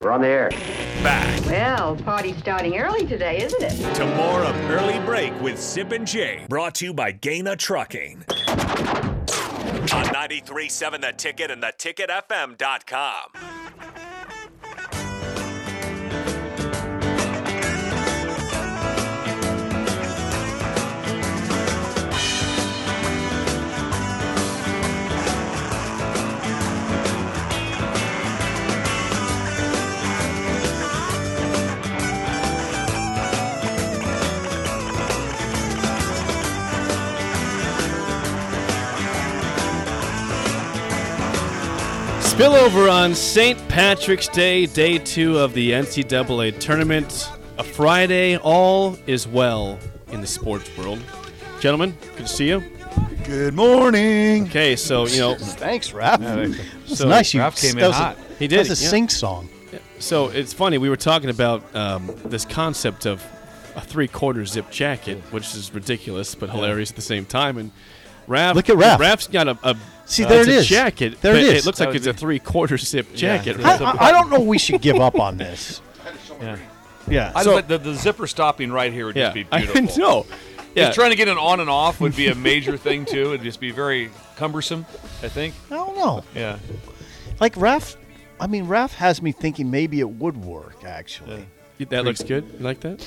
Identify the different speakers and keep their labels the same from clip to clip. Speaker 1: We're on the air.
Speaker 2: Back
Speaker 3: Well, party's starting early today, isn't it?
Speaker 2: to more of Early Break with Sip and Jay, brought to you by Gaina Trucking. On 93.7 The Ticket and theticketfm.com.
Speaker 4: Spillover on St. Patrick's Day, day two of the NCAA tournament. A Friday, all is well in the sports world. Gentlemen, good to see you.
Speaker 5: Good morning.
Speaker 4: Okay, so you know,
Speaker 6: Thanks, Raph. That's
Speaker 4: so-
Speaker 6: nice. You
Speaker 7: Raph came in
Speaker 6: that was
Speaker 7: hot.
Speaker 6: A,
Speaker 4: He did,
Speaker 6: That's a
Speaker 4: yeah.
Speaker 6: sing song.
Speaker 4: so it's funny. We were talking about um, this concept of a three-quarter zip jacket, which is ridiculous but hilarious at the same time. And Raph,
Speaker 6: Look at Raph.
Speaker 4: Raph's got a, a
Speaker 6: See, there
Speaker 4: it's
Speaker 6: it
Speaker 4: a
Speaker 6: is.
Speaker 4: jacket.
Speaker 6: There
Speaker 4: but
Speaker 6: it is.
Speaker 4: It looks
Speaker 7: That
Speaker 4: like
Speaker 7: would
Speaker 4: it's a
Speaker 7: be-
Speaker 4: three-quarter zip
Speaker 7: Yeah.
Speaker 4: jacket.
Speaker 7: I-
Speaker 6: I, I, I don't know. We should give up on this.
Speaker 7: Yeah.
Speaker 6: Yeah.
Speaker 7: I
Speaker 4: So-
Speaker 7: bet the, the zipper stopping right here would
Speaker 4: yeah,
Speaker 7: just be
Speaker 4: I
Speaker 7: beautiful.
Speaker 4: know. Yeah,
Speaker 7: Just trying to get it on and off would be a major thing too. It'd just be very cumbersome, I think.
Speaker 6: I don't know.
Speaker 7: Yeah.
Speaker 6: Like Raph, I mean, Raph has me thinking maybe it would work. Actually,
Speaker 4: that looks good. You like that?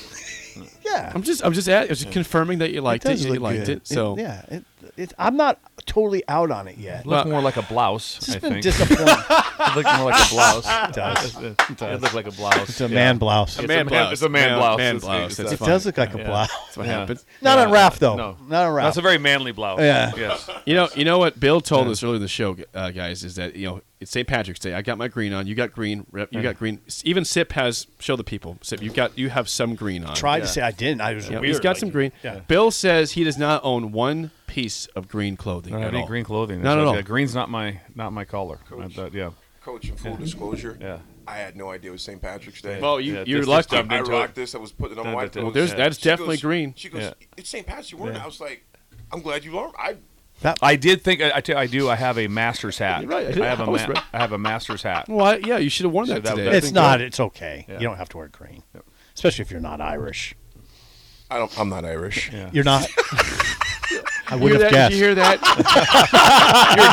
Speaker 6: yeah.
Speaker 4: I'm just, I'm just, at, I was just confirming that you liked it.
Speaker 6: does
Speaker 4: you
Speaker 6: look
Speaker 4: liked
Speaker 6: good.
Speaker 4: it, so
Speaker 6: yeah, it, it, I'm not totally out on it yet.
Speaker 7: Look
Speaker 4: Well,
Speaker 7: more like a blouse.
Speaker 6: It's just
Speaker 7: I
Speaker 6: been
Speaker 7: think.
Speaker 6: disappointing.
Speaker 7: it looked more like a blouse. it
Speaker 6: does.
Speaker 7: It, looked like a blouse.
Speaker 6: it's a man blouse.
Speaker 7: It's
Speaker 6: It
Speaker 7: a man- it's a man blouse. It's- it's a-
Speaker 4: That's
Speaker 7: It
Speaker 4: fine.
Speaker 6: does look like a
Speaker 7: Yeah.
Speaker 6: blouse.
Speaker 4: That's what happens.
Speaker 6: Not on
Speaker 7: Yeah.
Speaker 6: Raph though.
Speaker 7: No.
Speaker 6: Not on Raph.
Speaker 7: That's a very manly blouse.
Speaker 6: Yeah.
Speaker 7: Yes.
Speaker 4: You know, you know what Bill told us earlier in the show, uh, guys, is that you know it's St. Patrick's Day. I got my green on. You got green. Rep, you got green. S- Even Sip has. Show the people. Sip, you got. You have some green on.
Speaker 6: Tried to say I didn't. I was
Speaker 4: Yeah,
Speaker 6: weird.
Speaker 4: he's got
Speaker 6: like-
Speaker 4: some green.
Speaker 6: Yeah.
Speaker 4: Bill says he does not own one piece of green clothing.
Speaker 7: I
Speaker 4: at
Speaker 7: don't
Speaker 4: all.
Speaker 7: need green clothing.
Speaker 4: Not at all.
Speaker 7: Yeah, Green's not my not my color. I thought- yeah.
Speaker 8: Coach, in full disclosure,
Speaker 7: Yeah.
Speaker 8: I had no idea it was St. Patrick's Day.
Speaker 4: Well, you,
Speaker 7: Yeah,
Speaker 4: you're
Speaker 7: just-
Speaker 4: lucky.
Speaker 8: I,
Speaker 7: jumped
Speaker 8: I
Speaker 7: into
Speaker 8: rocked
Speaker 7: it.
Speaker 8: this. I was putting it on
Speaker 7: Dun,
Speaker 8: my wife.
Speaker 7: dun, dun.
Speaker 8: goes-
Speaker 4: There's- that's
Speaker 8: she
Speaker 4: definitely
Speaker 8: goes-
Speaker 4: green.
Speaker 8: She goes,
Speaker 7: Yeah.
Speaker 8: it's St. Patrick's. You weren't.
Speaker 7: Yeah.
Speaker 8: I was like, I'm glad you learned. I
Speaker 7: I did think I, I tell- I do. I have a master's hat.
Speaker 4: You're right, I did-
Speaker 7: I have a
Speaker 4: I was
Speaker 7: ma-
Speaker 4: right.
Speaker 7: I have a master's hat.
Speaker 4: Well, yeah, you should have worn that
Speaker 7: that-
Speaker 4: today.
Speaker 7: that-
Speaker 6: It's
Speaker 7: think
Speaker 6: not. It's okay.
Speaker 7: Yeah.
Speaker 6: You don't have to wear green, especially if you're not Irish.
Speaker 8: I don't. I'm not Irish.
Speaker 7: Yeah.
Speaker 6: You're not. I
Speaker 4: You hear
Speaker 6: wouldn't
Speaker 4: that?
Speaker 6: have guessed.
Speaker 4: Did you hear that?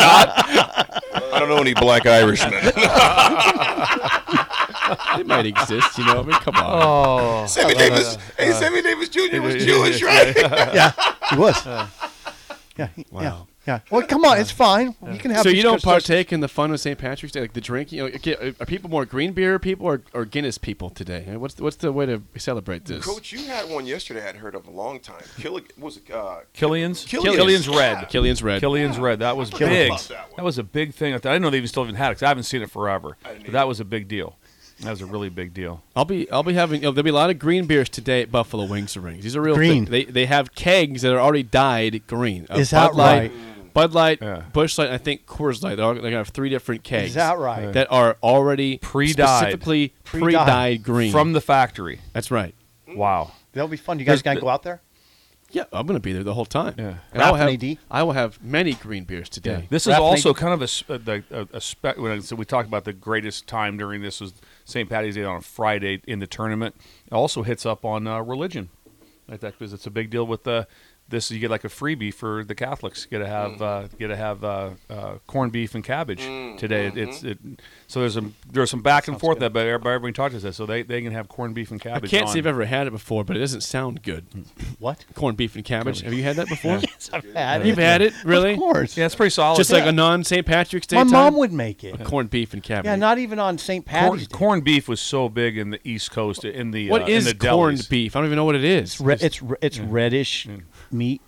Speaker 8: I don't know any black Irishmen.
Speaker 4: it might exist. You know. I mean, come on.
Speaker 7: Oh.
Speaker 8: Sammy Davis. hey, Sammy Davis Jr. was Jewish, right?
Speaker 6: yeah, he was. yeah, he-
Speaker 4: Wow.
Speaker 6: yeah, yeah. Well, come on, it's fine. You can have.
Speaker 4: so
Speaker 6: these
Speaker 4: you don't
Speaker 6: discussions.
Speaker 4: partake in the fun of St. Patrick's Day, like the drink. You know, okay, are people more green beer people or, or Guinness people today? Eh, What's the, what's the way to celebrate this?
Speaker 8: Coach, you had one yesterday. I had heard of a long time. Killig- what was it? Uh,
Speaker 7: Killian's.
Speaker 8: Killian's.
Speaker 7: red.
Speaker 4: Killian's red.
Speaker 7: Killian's red. That was big.
Speaker 6: Club.
Speaker 8: That one.
Speaker 7: That was a big thing. I didn't know they even still even had it 'cause I haven't seen it forever.
Speaker 8: didn't
Speaker 7: But that was a big deal. That was a really big deal.
Speaker 4: I'll be I'll be having. You know, there'll be a lot of green beers today at Buffalo Wings and Rings. These are real
Speaker 6: Green.
Speaker 4: Thing. They they have kegs that are already dyed green. Uh,
Speaker 6: Is that
Speaker 4: Bud Light,
Speaker 6: right?
Speaker 4: Bud Light,
Speaker 7: Yeah.
Speaker 4: Bush Light, and I think Coors Light. They're, all, they're gonna have three different kegs.
Speaker 6: Is that right?
Speaker 4: That are already
Speaker 7: Pre-dyed.
Speaker 4: specifically
Speaker 6: Pre-dyed.
Speaker 4: pre-dyed, green.
Speaker 7: From the factory.
Speaker 4: that's right.
Speaker 7: Wow.
Speaker 6: That'll be fun. You guys gonna go out there?
Speaker 4: Yeah, I'm gonna be there the whole time.
Speaker 7: Yeah.
Speaker 4: and I'll
Speaker 6: Ralph and
Speaker 4: have
Speaker 6: AD?
Speaker 4: I will have many green beers today.
Speaker 7: This is
Speaker 6: Ralph
Speaker 7: also
Speaker 6: Nate-
Speaker 7: kind of a, s- uh, the- a, a spe- when I, so we talked about the greatest time during this was St. Patty's Day on a Friday in the tournament. It also hits up on uh, religion, like that because it's a big deal with uh, this. You get like a freebie for the Catholics. You get to have uh, you get to have uh, uh, corned beef and cabbage today. It, it's it, so there's a there's some back and forth that but everybody, everybody talked to us. So they, they can have corned beef and
Speaker 4: I
Speaker 7: cabbage.
Speaker 4: can't
Speaker 7: on. Mm.
Speaker 4: say I've ever had it before, but it doesn't sound good.
Speaker 6: What?
Speaker 4: Corned beef and cabbage. Have you had that before?
Speaker 6: Had
Speaker 4: You've had it, really?
Speaker 6: Of course.
Speaker 7: Yeah, it's pretty solid.
Speaker 4: Just
Speaker 7: Yeah.
Speaker 4: like a non St. Patrick's Day.
Speaker 6: My mom
Speaker 4: time?
Speaker 6: would make it.
Speaker 4: A corned beef and cabbage.
Speaker 6: Yeah, not even on St.
Speaker 7: corn,
Speaker 6: Patty's. Day.
Speaker 7: corned beef was so big in the East Coast in the uh,
Speaker 4: What
Speaker 7: in
Speaker 4: is
Speaker 7: the
Speaker 4: corned
Speaker 7: delis.
Speaker 4: beef? I don't even know what it is.
Speaker 6: Re- it's re- it's reddish meat.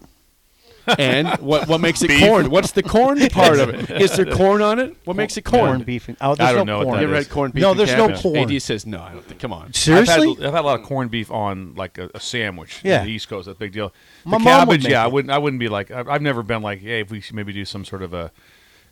Speaker 4: and what what makes it corn? What's the corn part of it? Is there corn on it? What makes it corn?
Speaker 6: Corned beef. And, oh, there's
Speaker 7: I don't
Speaker 6: no
Speaker 4: You
Speaker 7: know what
Speaker 6: corn.
Speaker 7: that
Speaker 4: ever
Speaker 7: is.
Speaker 4: had corned beef?
Speaker 6: No,
Speaker 4: and
Speaker 6: there's no
Speaker 4: cabbage?
Speaker 6: corn.
Speaker 4: AD says no. I don't think. Come on.
Speaker 6: Seriously?
Speaker 7: I've had, I've had a lot of corned beef on like a, a sandwich.
Speaker 6: Yeah.
Speaker 7: in the East Coast, that's a big deal. The
Speaker 6: My mom would
Speaker 7: cabbage,
Speaker 6: make
Speaker 7: yeah, I
Speaker 6: it.
Speaker 7: wouldn't. I wouldn't be like. I've, I've never been like, hey, if we should maybe do some sort of a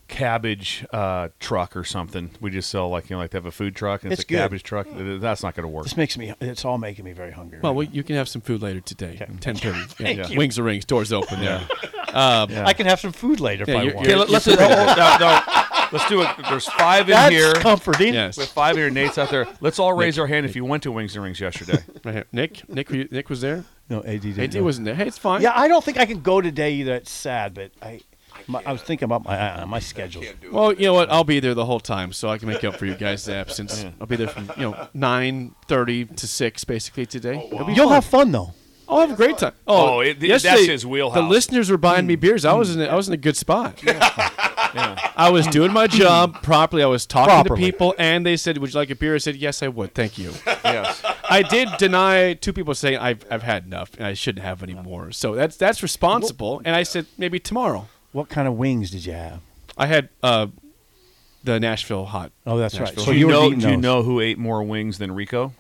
Speaker 7: cabbage uh, truck or something. We just sell like you know, like they have a food truck and it's,
Speaker 6: It's
Speaker 7: a
Speaker 6: good.
Speaker 7: cabbage truck. Th- That's not going to work.
Speaker 6: this makes me. It's all making me very hungry.
Speaker 4: Well,
Speaker 6: right
Speaker 4: we, you can have some food later today. Ten thirty.
Speaker 7: Thank you.
Speaker 4: Wings are rings. Doors open. There. Um,
Speaker 6: now. I can have some food later
Speaker 4: Yeah,
Speaker 6: if I
Speaker 4: you're-
Speaker 6: want.
Speaker 4: you're-
Speaker 7: Okay, let, us no, no, Let's do it. There's five in
Speaker 6: That's
Speaker 7: here.
Speaker 6: comforting.
Speaker 7: We have
Speaker 4: Yes.
Speaker 7: five here. Nate's out there. Let's all raise our hand if you went to Wings and Rings yesterday.
Speaker 4: Right here. Nick, Nick, were you- Nick was there.
Speaker 5: No, AD didn't.
Speaker 4: AD
Speaker 5: know.
Speaker 4: wasn't there. Hey, it's fine.
Speaker 6: Yeah, I don't think I can go today either. It's sad, but I, my, I was thinking about my uh, my schedule.
Speaker 8: Can't do it.
Speaker 4: Well, you know what? I'll be there the whole time, so I can make up for you guys' absence. I'll be there from you know nine thirty to six, basically today. It'll be
Speaker 6: You'll
Speaker 4: fun.
Speaker 6: have fun though.
Speaker 4: I'll have a great time.
Speaker 7: Oh, it- that's
Speaker 4: yesterday,
Speaker 7: his wheelhouse. Hmm.
Speaker 4: The listeners were buying me beers. I was in a, I was in a good spot. I was doing my job properly. I was talking
Speaker 6: Properly.
Speaker 4: to people, and they said, "Would you like a beer?" I said, "Yes, I would. Thank you."
Speaker 7: yes.
Speaker 4: I did deny two people saying I've, I've had enough and I shouldn't have any more. So that's that's responsible. And I said maybe tomorrow.
Speaker 6: What kind of wings did you have?
Speaker 4: I had uh, the Nashville hot.
Speaker 6: Oh, that's right.
Speaker 4: Nashville.
Speaker 6: So you
Speaker 7: do you
Speaker 6: were
Speaker 7: know?
Speaker 6: eating
Speaker 7: Do you
Speaker 6: those.
Speaker 7: know who ate more wings than Rico?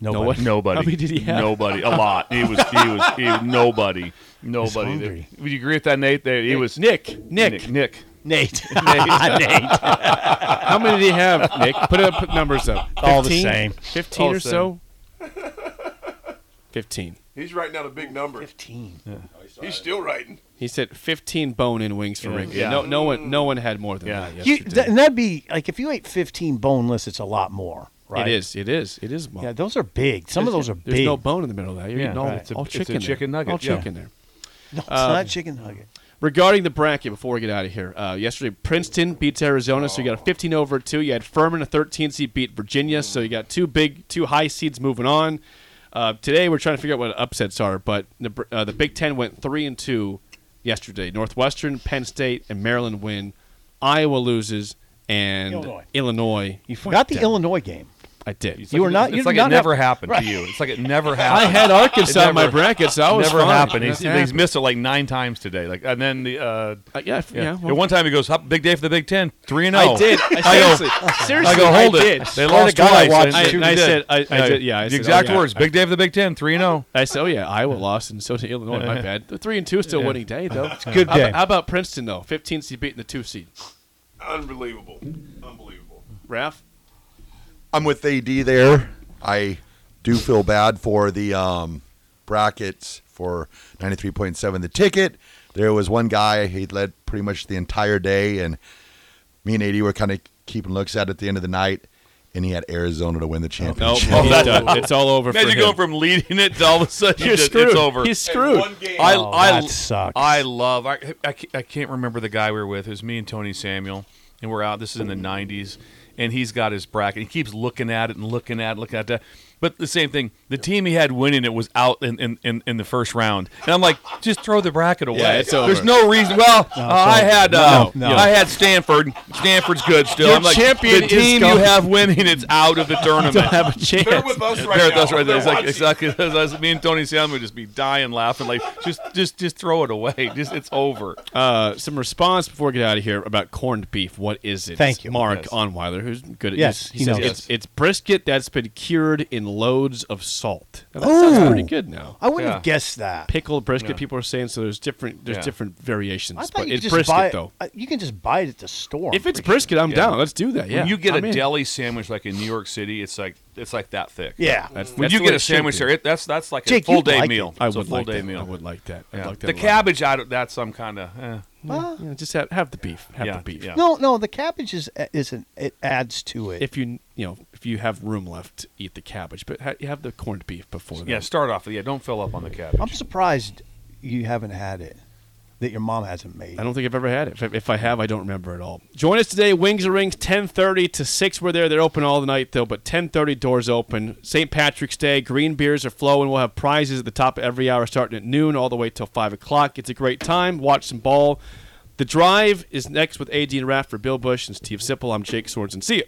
Speaker 6: Nobody.
Speaker 4: what?
Speaker 7: Nobody.
Speaker 4: How many did he have?
Speaker 7: Nobody. A lot. He was. He was. He was nobody. Nobody.
Speaker 6: hungry.
Speaker 7: Would you agree with that, Nate? That he was
Speaker 4: Nick. Nick.
Speaker 7: Nick. Nick.
Speaker 6: Nate. Nate.
Speaker 4: How many did he have, Nick? Put up put numbers up.
Speaker 6: All the
Speaker 4: 15?
Speaker 6: same.
Speaker 4: Fifteen
Speaker 7: All
Speaker 4: or
Speaker 7: the
Speaker 4: so. Fifteen.
Speaker 8: He's writing out a big number.
Speaker 6: Fifteen.
Speaker 8: He's still writing.
Speaker 4: He said fifteen bone in wings for Rico.
Speaker 7: Yeah.
Speaker 4: No, no one, no one had more than that.
Speaker 6: You,
Speaker 4: yesterday.
Speaker 6: th- and that'd be like if you ate fifteen boneless, it's a lot more, right?
Speaker 4: It is. It is. It is. Bone.
Speaker 6: Yeah, those are big. Some of those are
Speaker 4: There's
Speaker 6: big.
Speaker 4: no bone in the middle of that. You're
Speaker 7: Yeah,
Speaker 4: eating all,
Speaker 7: right. It's a-
Speaker 4: all
Speaker 7: it's a
Speaker 4: chicken. there.
Speaker 7: chicken nugget,
Speaker 4: All
Speaker 7: yeah.
Speaker 4: chicken there.
Speaker 6: No, it's not
Speaker 4: um,
Speaker 6: chicken nugget.
Speaker 4: Regarding the bracket, before we get out of here, uh, yesterday Princeton beats Arizona, so you got a 15 over two. You had Furman, a 13 seed, beat Virginia, so you got two big, two high seeds moving on. Uh, today we're trying to figure out what upsets are, but the, Br- uh, the Big Ten went three and two yesterday. Northwestern, Penn State, and Maryland win. Iowa loses, and
Speaker 6: Illinois.
Speaker 4: Illinois-
Speaker 6: You forgot the
Speaker 4: Damn,
Speaker 6: Illinois game.
Speaker 4: I did.
Speaker 7: It's
Speaker 6: You
Speaker 7: like
Speaker 6: were
Speaker 7: it-
Speaker 6: not- you
Speaker 7: It's like
Speaker 6: did
Speaker 7: it
Speaker 6: not
Speaker 7: never
Speaker 6: have-
Speaker 7: happened
Speaker 6: Right.
Speaker 7: to you. It's like it never
Speaker 4: I
Speaker 7: happened.
Speaker 4: had Arkansas in my
Speaker 7: never-
Speaker 4: bracket, so I was
Speaker 7: never
Speaker 4: fine.
Speaker 7: happened. He's,
Speaker 4: Nothing
Speaker 7: he's
Speaker 4: happened.
Speaker 7: missed it like nine times today. Like and then the uh,
Speaker 4: Uh, yeah, f-
Speaker 7: yeah.
Speaker 4: yeah. well-
Speaker 7: At one time he goes, "Hop- "Big day for the Big Ten, three and
Speaker 4: I
Speaker 7: zero."
Speaker 4: did. I seriously, seriously,
Speaker 7: I go, "Hold
Speaker 4: I
Speaker 7: it."
Speaker 4: did.
Speaker 7: They lost
Speaker 6: God, I
Speaker 7: twice.
Speaker 6: watched
Speaker 7: and
Speaker 4: it.
Speaker 7: you
Speaker 4: I said- I- I did- yeah, I
Speaker 7: the
Speaker 4: said,
Speaker 7: exact
Speaker 4: oh, yeah.
Speaker 7: words. Big day for the Big Ten, three and zero.
Speaker 4: I said, oh yeah, Iowa lost, and so did Illinois. My bad. The three and two is still a winning day though. It's
Speaker 6: good
Speaker 4: How,
Speaker 6: day.
Speaker 4: about- how about Princeton though? Fifteen seed beating the two seed.
Speaker 8: Unbelievable. Unbelievable.
Speaker 4: Ralph,
Speaker 5: I'm with AD there. I do feel bad for the um, brackets for 93.7 the ticket. There was one guy, he led pretty much the entire day, and me and AD were kind of keeping looks at it at the end of the night, and he had Arizona to win the
Speaker 4: nope,
Speaker 5: championship.
Speaker 4: he's done. It's all over for
Speaker 7: Imagine
Speaker 4: him.
Speaker 7: going from leading it to all of a sudden
Speaker 4: You're
Speaker 7: it's
Speaker 4: screwed.
Speaker 7: over.
Speaker 4: He's screwed.
Speaker 8: One game.
Speaker 7: I,
Speaker 6: Oh,
Speaker 7: I,
Speaker 6: that sucks.
Speaker 7: I love. I, I, ca- I can't remember the guy we were with. It was me and Tony Samuel, and we're out. This is in the '90s, and he's got his bracket. He keeps looking at it and looking at it, looking at that. But the same thing, the team he had winning it was out in, in, in, in the first round, and I'm like, just throw the bracket away.
Speaker 4: Yeah, it's
Speaker 7: There's
Speaker 4: over.
Speaker 7: no reason. Well, uh, I
Speaker 6: over.
Speaker 7: had uh,
Speaker 6: No, no.
Speaker 7: I had Stanford. Stanford's good still.
Speaker 4: Your
Speaker 7: I'm like,
Speaker 4: champion
Speaker 7: the
Speaker 4: is
Speaker 7: team you
Speaker 4: gone.
Speaker 7: have winning, it's out of the tournament.
Speaker 4: Don't have a
Speaker 8: They're
Speaker 4: chance.
Speaker 8: with us right
Speaker 7: Barrett,
Speaker 8: now.
Speaker 7: that's right there. It's
Speaker 8: They're
Speaker 7: like
Speaker 8: watching.
Speaker 7: exactly as I was- me and Tony Sam would just be dying laughing, like just just just throw it away. Just it's over.
Speaker 4: Uh, some response before we get out of here about corned beef. What is it?
Speaker 6: Thank you.
Speaker 4: Mark
Speaker 7: Yes.
Speaker 4: Onweiler, who's good at
Speaker 6: Yes,
Speaker 4: He,
Speaker 6: he
Speaker 4: says
Speaker 6: knows.
Speaker 4: it's it's brisket that's been cured in loads of salt. Now, that sounds pretty good now.
Speaker 6: I wouldn't
Speaker 7: Yeah.
Speaker 6: have guessed that.
Speaker 4: Pickled brisket, people are saying so. There's different there's
Speaker 7: Yeah.
Speaker 4: different variations,
Speaker 6: I
Speaker 4: but
Speaker 6: thought you could
Speaker 4: it's
Speaker 6: just
Speaker 4: brisket
Speaker 6: buy it.
Speaker 4: though.
Speaker 6: I- You can just buy it at the store.
Speaker 4: If it's brisket, I'm down. Let's do that. Yeah,
Speaker 7: When you get
Speaker 4: I'm
Speaker 7: a
Speaker 4: in.
Speaker 7: deli sandwich like in New York City, it's like it's like that thick.
Speaker 6: yeah,
Speaker 4: That's-
Speaker 7: When
Speaker 4: that's
Speaker 7: you
Speaker 4: the way
Speaker 7: get
Speaker 4: it
Speaker 7: a
Speaker 4: should
Speaker 7: sandwich
Speaker 4: be.
Speaker 7: there, it, that's that's like
Speaker 6: Jake,
Speaker 7: a full
Speaker 6: you'd
Speaker 7: day
Speaker 6: like
Speaker 7: meal.
Speaker 4: I
Speaker 7: It's a
Speaker 4: would
Speaker 7: full
Speaker 4: like
Speaker 7: day
Speaker 4: that.
Speaker 7: meal.
Speaker 4: I would like that. I'd
Speaker 7: Yeah.
Speaker 4: like that
Speaker 7: the
Speaker 4: a lot.
Speaker 7: cabbage, I don't, that's some kind of. Eh.
Speaker 4: Yeah, just have, have the beef. Have
Speaker 7: Yeah.
Speaker 4: the beef.
Speaker 7: Yeah.
Speaker 6: Uh, no, no. The cabbage is isn't. It adds to it.
Speaker 4: If you you know if you have room left, eat the cabbage, but ha- you have the corned beef before that.
Speaker 7: Yeah, start off. Yeah, don't fill up on the cabbage.
Speaker 6: I'm surprised you haven't had it. That your mom hasn't made.
Speaker 4: I don't think I've ever had it. If, if I have, I don't remember at all. Join us today, Wings and Rings, 10.30 to 6. We're there. They're open all the night, though, but 10.30 doors open. St. Patrick's Day. Green beers are flowing. We'll have prizes at the top of every hour starting at noon all the way till 5 o'clock. It's a great time. Watch some ball. The Drive is next with AD and Raff for Bill Bush and Steve Sipple. I'm Jake Swords, and see you.